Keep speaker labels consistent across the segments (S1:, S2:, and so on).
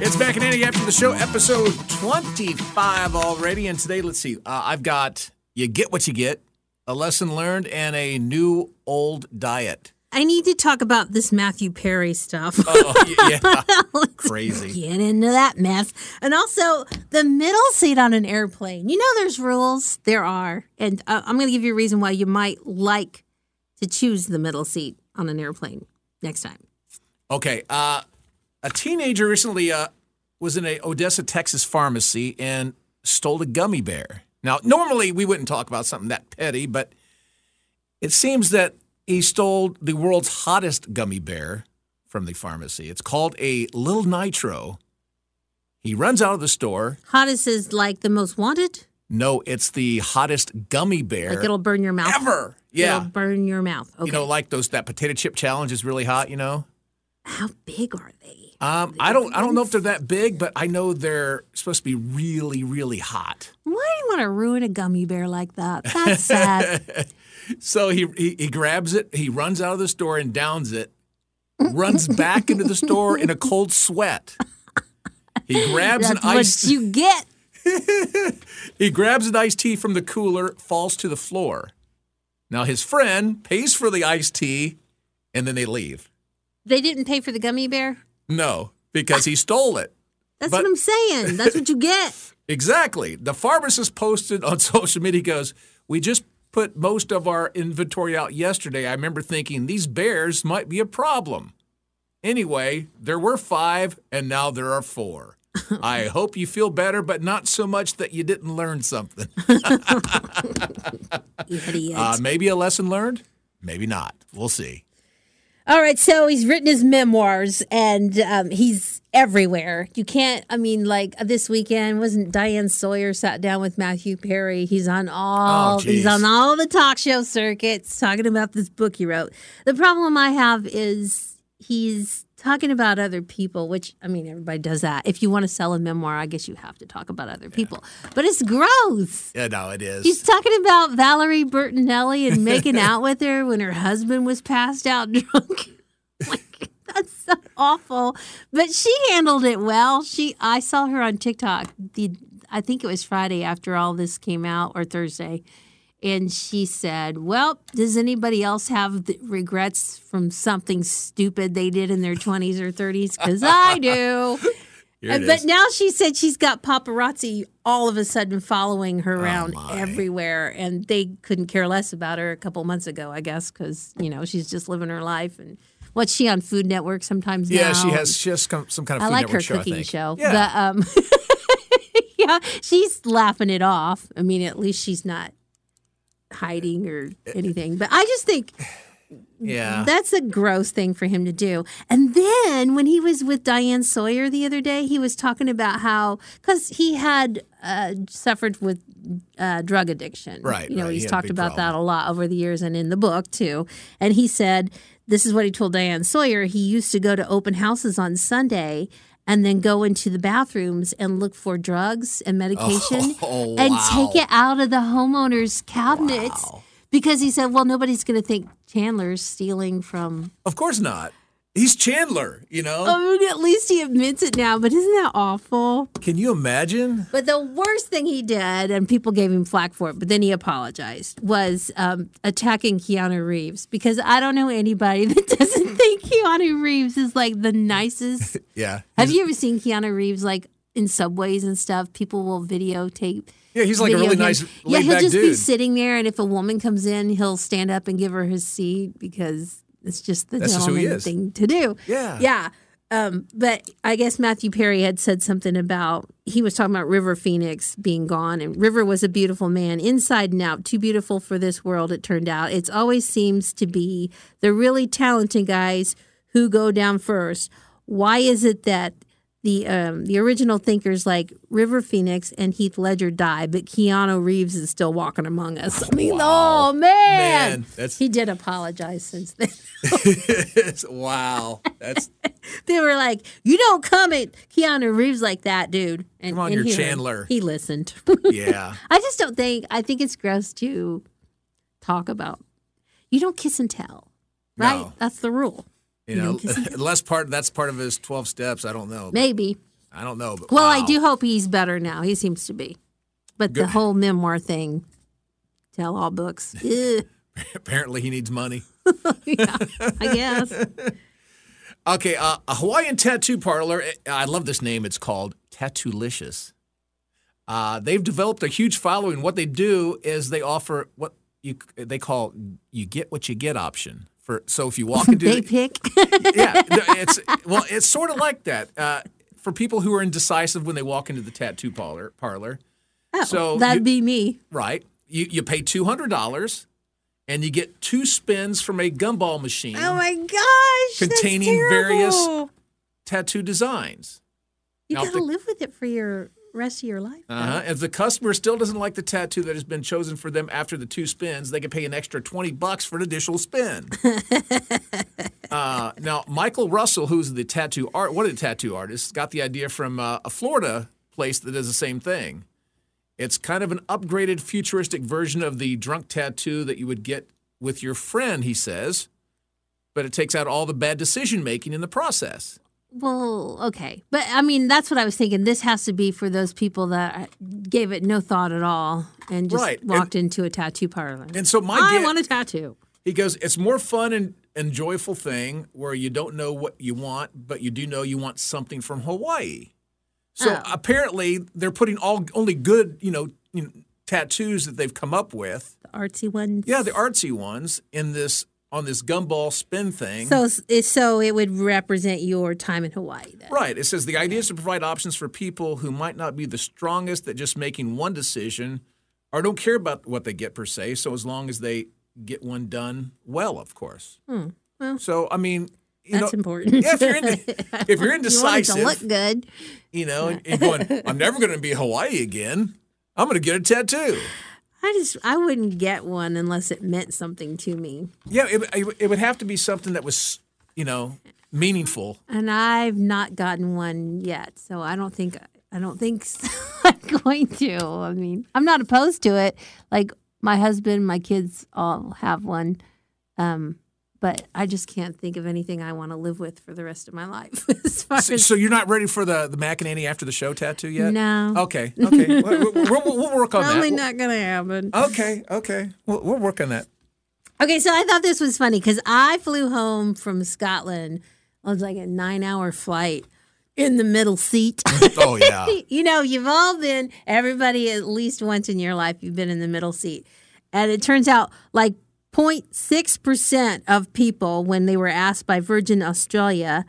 S1: It's back and Annie after the show, episode 25 already. And today, let's see, uh, I've got You Get What You Get, a lesson learned, and a new old diet.
S2: I need to talk about this Matthew Perry stuff.
S1: Oh, y- yeah. Crazy.
S2: Get into that mess. And also the middle seat on an airplane. You know, there's rules. There are. And uh, I'm going to give you a reason why you might like to choose the middle seat on an airplane next time.
S1: Okay. Uh, a teenager recently uh, was in a Odessa, Texas pharmacy and stole a gummy bear. Now, normally we wouldn't talk about something that petty, but it seems that he stole the world's hottest gummy bear from the pharmacy. It's called a Little Nitro. He runs out of the store.
S2: Hottest is like the most wanted.
S1: No, it's the hottest gummy
S2: Like
S1: bear
S2: it'll burn your mouth.
S1: ever. Yeah.
S2: It'll burn your mouth. Okay.
S1: You know, like those that potato chip challenge is really hot, you know?
S2: How big are they?
S1: Um, I don't. I don't know if they're that big, but I know they're supposed to be really, really hot.
S2: Why do you want to ruin a gummy bear like that? That's sad.
S1: So he he, he grabs it. He runs out of the store and downs it. Runs back into the store in a cold sweat. He grabs an
S2: That's
S1: ice.
S2: what you get.
S1: he grabs an iced tea from the cooler. Falls to the floor. Now his friend pays for the iced tea, and then they leave.
S2: They didn't pay for the gummy bear.
S1: No, because he stole it.
S2: That's
S1: But-
S2: what I'm saying. That's what you get.
S1: Exactly. The pharmacist posted on social media he goes, We just put most of our inventory out yesterday. I remember thinking these bears might be a problem. Anyway, there were five and now there are four. I hope you feel better, but not so much that you didn't learn something.
S2: Idiot.
S1: Uh, maybe a lesson learned, maybe not. We'll see.
S2: All right, so he's written his memoirs and um, he's everywhere. You can't, I mean, like uh, this weekend wasn't Diane Sawyer sat down with Matthew Perry? He's on all,
S1: Oh, geez.
S2: he's on all the talk show circuits talking about this book he wrote. The problem I have is he's talking about other people, which I mean, everybody does that. If you want to sell a memoir, I guess you have to talk about other people, but it's gross.
S1: Yeah, no, it is.
S2: He's talking about Valerie Bertinelli and making out with her when her husband was passed out drunk. like that's so awful. But she handled it well. She I saw her on TikTok. The I think it was Friday after all this came out or Thursday. And she said, Well, does anybody else have the regrets from something stupid they did in their 20s or 30s? Because I do.
S1: Here it
S2: Uh, but
S1: is.
S2: now she said she's got paparazzi all of a sudden following her around
S1: Oh, my.
S2: everywhere, and they couldn't care less about her a couple months ago, I guess, because you know she's just living her life. And what's she on Food Network sometimes?
S1: yeah,
S2: now?
S1: she has she has some, some kind of
S2: I
S1: Food
S2: like her
S1: Network show, I
S2: cooking
S1: think.
S2: show,
S1: Yeah.
S2: but um, yeah, she's laughing it off. I mean, at least she's not hiding or
S1: Eh,
S2: anything. But I just think
S1: yeah.
S2: that's a gross thing for him to do. And then when he was with Diane Sawyer the other day, he was talking about how because he had uh, suffered with uh, drug addiction.
S1: Right,
S2: You know,
S1: right.
S2: he's
S1: He had a
S2: talked
S1: big
S2: about
S1: problem.
S2: that a lot over the years and in the book too. And he said this is what he told Diane Sawyer. He used to go to open houses on Sunday. And then go into the bathrooms and look for drugs and medication
S1: Oh,
S2: and
S1: wow.
S2: take it out of the homeowner's cabinets
S1: Wow.
S2: because he said, well, nobody's going to think Chandler's stealing from.
S1: Of course not. He's Chandler, you know?
S2: I mean, at least he admits it now, but isn't that awful?
S1: Can you imagine?
S2: But the worst thing he did, and people gave him flack for it, but then he apologized, was um, attacking Keanu Reeves because I don't know anybody that doesn't think Keanu Reeves is like the nicest.
S1: Yeah.
S2: Have you ever seen Keanu Reeves like in subways and stuff? People will videotape.
S1: Yeah, he's like a
S2: video
S1: really
S2: him.
S1: nice,
S2: Yeah, he'll
S1: laid-back
S2: just be
S1: dude.
S2: sitting there, and if a woman comes in, he'll stand up and give her his seat because it's just the
S1: That's just who he
S2: gentleman
S1: is.
S2: thing to do.
S1: Yeah.
S2: yeah. Um, but I guess Matthew Perry had said something about he was talking about River Phoenix being gone, and River was a beautiful man, inside and out, too beautiful for this world. It turned out it's always seems to be the really talented guys who go down first. Why is it that the um, the original thinkers like River Phoenix and Heath Ledger die, but Keanu Reeves is still walking among us? I mean,
S1: Wow.
S2: oh man,
S1: Man, that's-
S2: he did apologize since then.
S1: wow. That's
S2: They were like, "You don't come at Keanu Reeves like that, dude." And,
S1: Come on,
S2: and
S1: you're
S2: he learned-
S1: Chandler.
S2: He listened.
S1: yeah.
S2: I just don't think. I think it's gross to talk about. You don't kiss and tell, right?
S1: No.
S2: That's the rule.
S1: You
S2: You
S1: know,
S2: don't kiss
S1: unless part that's part of his twelve steps. I don't know.
S2: Maybe
S1: I don't know. But
S2: Well, I
S1: wow.
S2: do hope he's better now. He seems to be. But the
S1: Good.
S2: whole memoir thing, tell all books, Ugh,
S1: Apparently, he needs money.
S2: I guess.
S1: Okay, uh, a Hawaiian tattoo parlor. eh, I love this name. It's called Tattoolicious. Uh, they've developed a huge following. What they do is they offer what you they call "you get what you get" option. For so if you walk into
S2: they pick.
S1: yeah, no, it's well, it's sort of like that uh, for people who are indecisive when they walk into the tattoo parlor. Parlor, so you-
S2: Oh, That'd be me.
S1: right? You you pay two hundred dollars, and you get two spins from a gumball machine
S2: Oh my gosh. that's
S1: Containing various-
S2: terrible.
S1: tattoo designs.
S2: You
S1: Now, if
S2: gotta
S1: the-
S2: live with it for your rest of your life. though.
S1: Uh-huh. If the customer still doesn't like the tattoo that has been chosen for them after the two spins, they can pay an extra 20 bucks for an additional spin. uh, now, Michael Russell, who's the tattoo art, one of the tattoo artists, got the idea from uh, a Florida place that does the same thing. It's kind of an upgraded futuristic version of the drunk tattoo that you would get with your friend, he says, but it takes out all the bad decision making in the process.
S2: Well, okay. But I mean, that's what I was thinking. This has to be for those people that uh, gave it no thought at all and just
S1: Right, and-
S2: walked into a tattoo parlor.
S1: And so my
S2: I
S1: guess-
S2: want a tattoo.
S1: He goes, it's more fun and, and joyful thing where you don't know what you want, but you do know you want something from Hawaii. So
S2: Oh.
S1: apparently they're putting all only good, you know, you know, tattoos that they've come up with.
S2: The artsy ones.
S1: Yeah, the artsy ones in this on this gumball spin thing.
S2: So s- it- so it would represent your time in Hawaii. Then.
S1: Right. It says the idea is to provide options for people who might not be the strongest at just making one decision or don't care about what they get per se. So as long as they get one done well, of course. so, I mean, you
S2: Hmm. That's
S1: know,
S2: important.
S1: Yeah, if you're, in, if you're
S2: You want it to
S1: indecisive,
S2: look good.
S1: you know, and, and going, I'm never going to be Hawaii again. I'm going to get a tattoo.
S2: I just I wouldn't get one unless it meant something to me,
S1: Yeah, it, it, it would have to be something that was, you know, meaningful.
S2: and I've not gotten one yet. So I don't think I don't think I'm going to. I mean, I'm not opposed to it. Like my husband, my kids all have one, um, but I just can't think of anything I want to live with for the rest of my life. as far
S1: So,
S2: as
S1: so you're not ready for the the Mac and Annie after the show tattoo yet?
S2: No.
S1: Okay. Okay. we'll, we'll, we'll- we'll work on
S2: probably
S1: that. Oh.
S2: not going to happen.
S1: Okay. Okay. We'll, we'll work on that.
S2: Okay, so I thought this was funny because I flew home from Scotland. It was like a nine hour flight in the middle seat.
S1: Oh yeah.
S2: you know, you've all been, everybody at least once in your life, you've been in the middle seat. And it turns out like 0.6% of people, when they were asked by Virgin Australia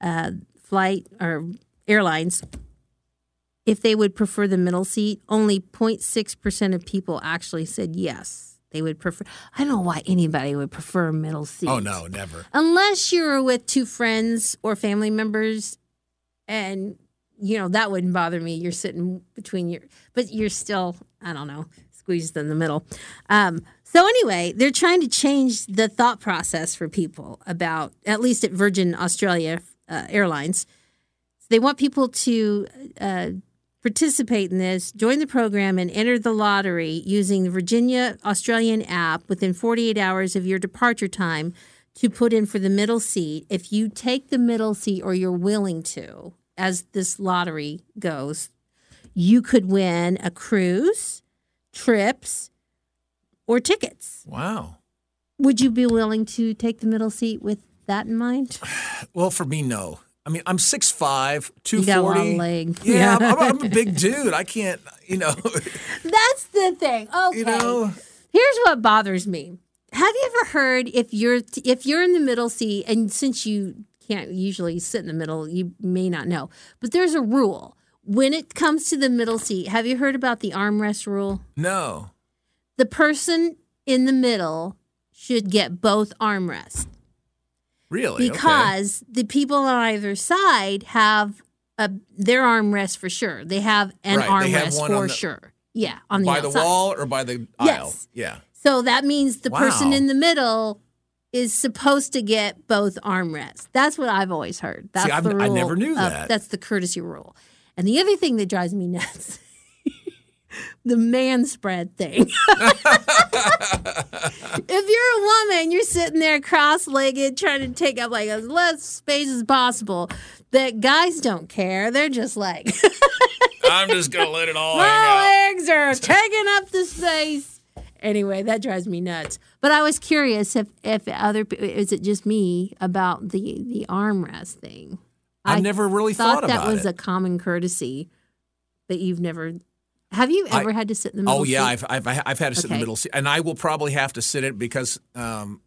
S2: uh, flight or airlines if they would prefer the middle seat, only 0.6% of people actually said yes. They would prefer. I don't know why anybody would prefer a middle seat
S1: Oh no, never.
S2: unless you're with two friends or family members and you know that wouldn't bother me you're sitting between your but you're still i don't know squeezed in the middle um, so anyway they're trying to change the thought process for people about at least at virgin australia uh, airlines they want people to uh, participate in this, join the program, and enter the lottery using the Virginia Australian app within 48 hours of your departure time to put in for the middle seat. If you take the middle seat or you're willing to, as this lottery goes, you could win a cruise, trips, or tickets.
S1: Wow.
S2: Would you be willing to take the middle seat with that in mind?
S1: Well, for me, no. I mean, I'm 6'5",
S2: You got a long
S1: 240.
S2: leg.
S1: Yeah, I'm, I'm, I'm a big dude. I can't, you know,
S2: That's the thing. Okay.
S1: you know.
S2: Here's what bothers me. Have you ever heard if you're if you're in the middle seat and since you can't usually sit in the middle, you may not know. But there's a rule. When it comes to the middle seat, have you heard about the armrest rule?
S1: No.
S2: The person in the middle should get both armrests
S1: Really? Oh, okay.
S2: because the people on either side have a, their armrest for sure. They have an
S1: Right, they have
S2: armrest
S1: one
S2: for
S1: on the-
S2: sure. Yeah, on the
S1: by the
S2: outside.
S1: wall or by the aisle.
S2: Yes.
S1: Yeah.
S2: So that means the person
S1: Wow.
S2: in the middle is supposed to get both armrests. That's what I've always heard. That's
S1: I've-
S2: the rule.
S1: I never knew
S2: of-
S1: that.
S2: That's the courtesy rule. And the other thing that drives me nuts, the man spread thing. if you're a woman, you're sitting there cross-legged trying to take up like as less space as possible. that guys don't care. They're just like,
S1: I'm just gonna let it all hang out.
S2: my legs are taking up the space. Anyway, that drives me nuts. But I was curious if if other pe- is it just me about the the armrest thing?
S1: I never really thought,
S2: thought
S1: about
S2: that was
S1: it.
S2: a common courtesy that you've never. Have you
S1: I-
S2: ever had to sit in the middle?
S1: Oh yeah,
S2: seat?
S1: I've, I've I've had to sit in the
S2: Okay.
S1: middle seat, and I will probably have to sit it because um,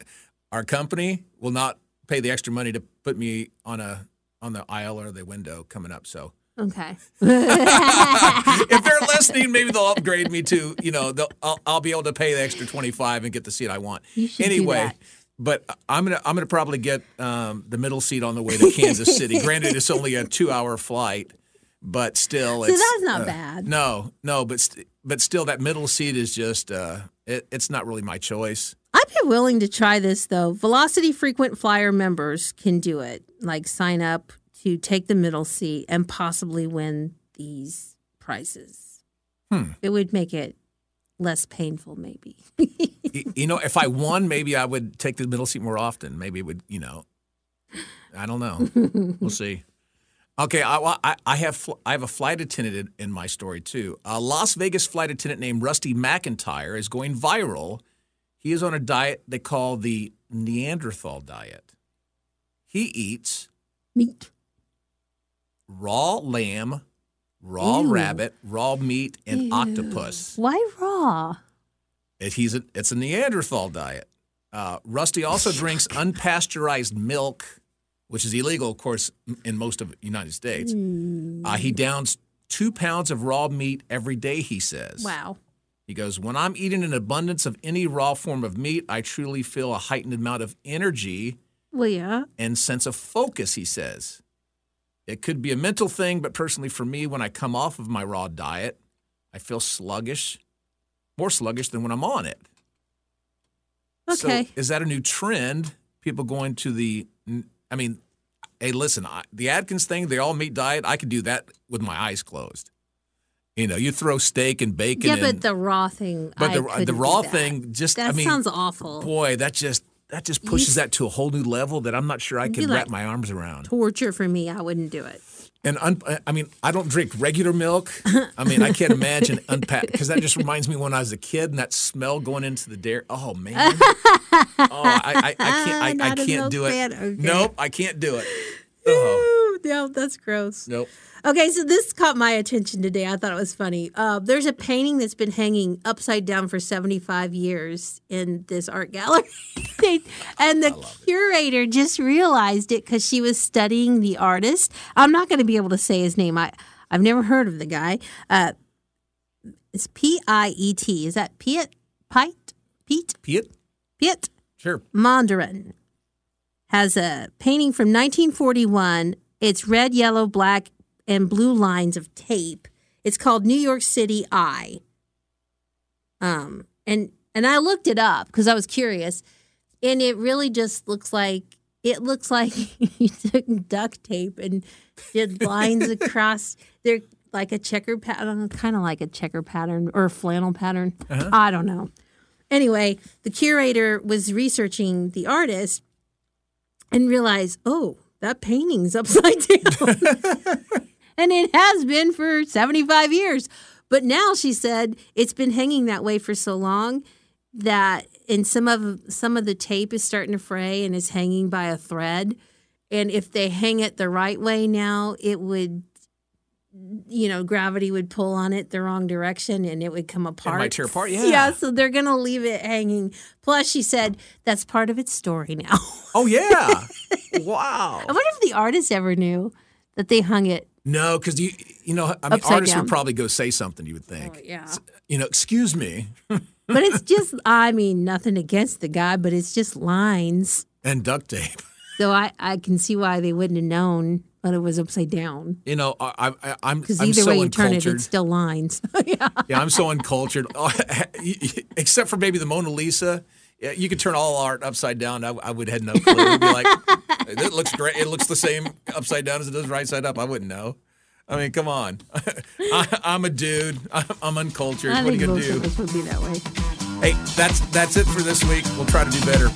S1: our company will not pay the extra money to put me on a on the aisle or the window coming up. So
S2: Okay.
S1: if they're listening, maybe they'll upgrade me to you know they'll, I'll, I'll be able to pay the extra twenty five and get the seat I want.
S2: You should do
S1: anyway.
S2: that.
S1: But I'm gonna I'm gonna probably get um, the middle seat on the way to Kansas City. Granted, it's only a two hour flight, but still,
S2: So
S1: it's, uh,
S2: that's not bad.
S1: no, no, but st- but still, that middle seat is just uh, it, it's not really my choice.
S2: I'd be willing to try this though. Velocity frequent flyer members can do it. Like sign up to take the middle seat and possibly win these prizes.
S1: Hmm.
S2: It would make it less painful, maybe.
S1: Y- you know, if I won, maybe I would take the middle seat more often. Maybe it would, you know, I don't know. we'll see. Okay, I, well, I, I have fl- I have a flight attendant in, in my story too. A Las Vegas flight attendant named Rusty McIntyre is going viral. He is on a diet they call the Neanderthal diet. He eats
S2: Meat.
S1: raw lamb, raw
S2: Ew.
S1: rabbit, raw meat, and octopus.
S2: Why raw?
S1: It- he's a, it's a Neanderthal diet. Uh, Rusty also drinks unpasteurized milk, which is illegal, of course, m- in most of the United States.
S2: Hmm.
S1: Uh, he downs two pounds of raw meat every day, he says.
S2: Wow.
S1: He goes, When I'm eating an abundance of any raw form of meat, I truly feel a heightened amount of energy
S2: Well, yeah.
S1: and sense of focus, he says. It could be a mental thing, but personally for me, when I come off of my raw diet, I feel sluggish, more sluggish than when I'm on it.
S2: Okay.
S1: So is that a new trend? People going to the, I mean, hey, listen, I, the Atkins thing, the all meat diet, I could do that with my eyes closed. You know, you throw steak and bacon.
S2: yeah,
S1: in,
S2: but the raw thing.
S1: but
S2: I
S1: the-
S2: couldn't
S1: the
S2: do
S1: raw
S2: that.
S1: thing just-
S2: that
S1: I mean,
S2: sounds awful.
S1: boy, that just that just pushes that to a whole new level that I'm not sure I
S2: You
S1: can wrap
S2: like-
S1: my arms around.
S2: Torture for me. I wouldn't do it.
S1: And un- I mean, I don't drink regular milk. I mean, I can't imagine unpack because that just reminds me when I was a kid and that smell going into the dairy. Oh man, oh I, I, I can't, I, I
S2: Not a
S1: can't
S2: milk
S1: do it.
S2: fan, okay.
S1: Nope, I can't do it. Oh,
S2: Ooh, no, that's gross.
S1: nope.
S2: Okay, so this caught my attention today. I thought it was funny. Uh, there's a painting that's been hanging upside down for 75 years in this art gallery. They- and the curator just realized it because she was studying the artist. I'm not going to be able to say his name. I, I've never heard of the guy. Uh, it's P I E T. Is that Piet? Pite? Pete?
S1: Pete,
S2: Piet?
S1: sure.
S2: Mandarin has a painting from 1941. It's red, yellow, black, and blue lines of tape. It's called New York City Eye. Um, and and I looked it up because I was curious, and it really just looks like it looks like you took duct tape and did lines across. They're like a checker pattern, kind of like a checker pattern or a flannel pattern. I don't know anyway, the curator was researching the artist and realized, oh, that painting's upside down. and it has been for 75 years. But now she said it's been hanging that way for so long that and some of some of the tape is starting to fray and is hanging by a thread. And if they hang it the right way now, it would you know, gravity would pull on it the wrong direction and it would come apart.
S1: might tear apart, yeah.
S2: Yeah, so they're gonna leave it hanging. Plus she said that's part of its story now.
S1: Oh yeah, wow.
S2: I wonder if the artist ever knew that they hung it.
S1: No, because you you know, I mean,
S2: Upside
S1: artists
S2: down.
S1: would probably go say something. You would think,
S2: yeah.
S1: you know, excuse me,
S2: But it's just, I mean, nothing against the guy, but it's just lines.
S1: and duct tape.
S2: So I, I can see why they wouldn't have known that it was upside down.
S1: You know, I, I, I'm
S2: Because
S1: I'm
S2: either
S1: so
S2: way you turn
S1: uncultured.
S2: it, it's still lines. yeah.
S1: Yeah, I'm so uncultured. Oh, Except for maybe the Mona Lisa. Yeah, you could turn all art upside down. I, I would had no clue. It'd be like, it looks great. It looks the same upside down as it does right side up. I wouldn't know. I mean, come on. I, I'm a dude. I'm, I'm uncultured.
S2: I
S1: what are
S2: think
S1: you gonna
S2: most
S1: do?
S2: of us would be that way.
S1: Hey, that's that's it for this week. We'll try to do better.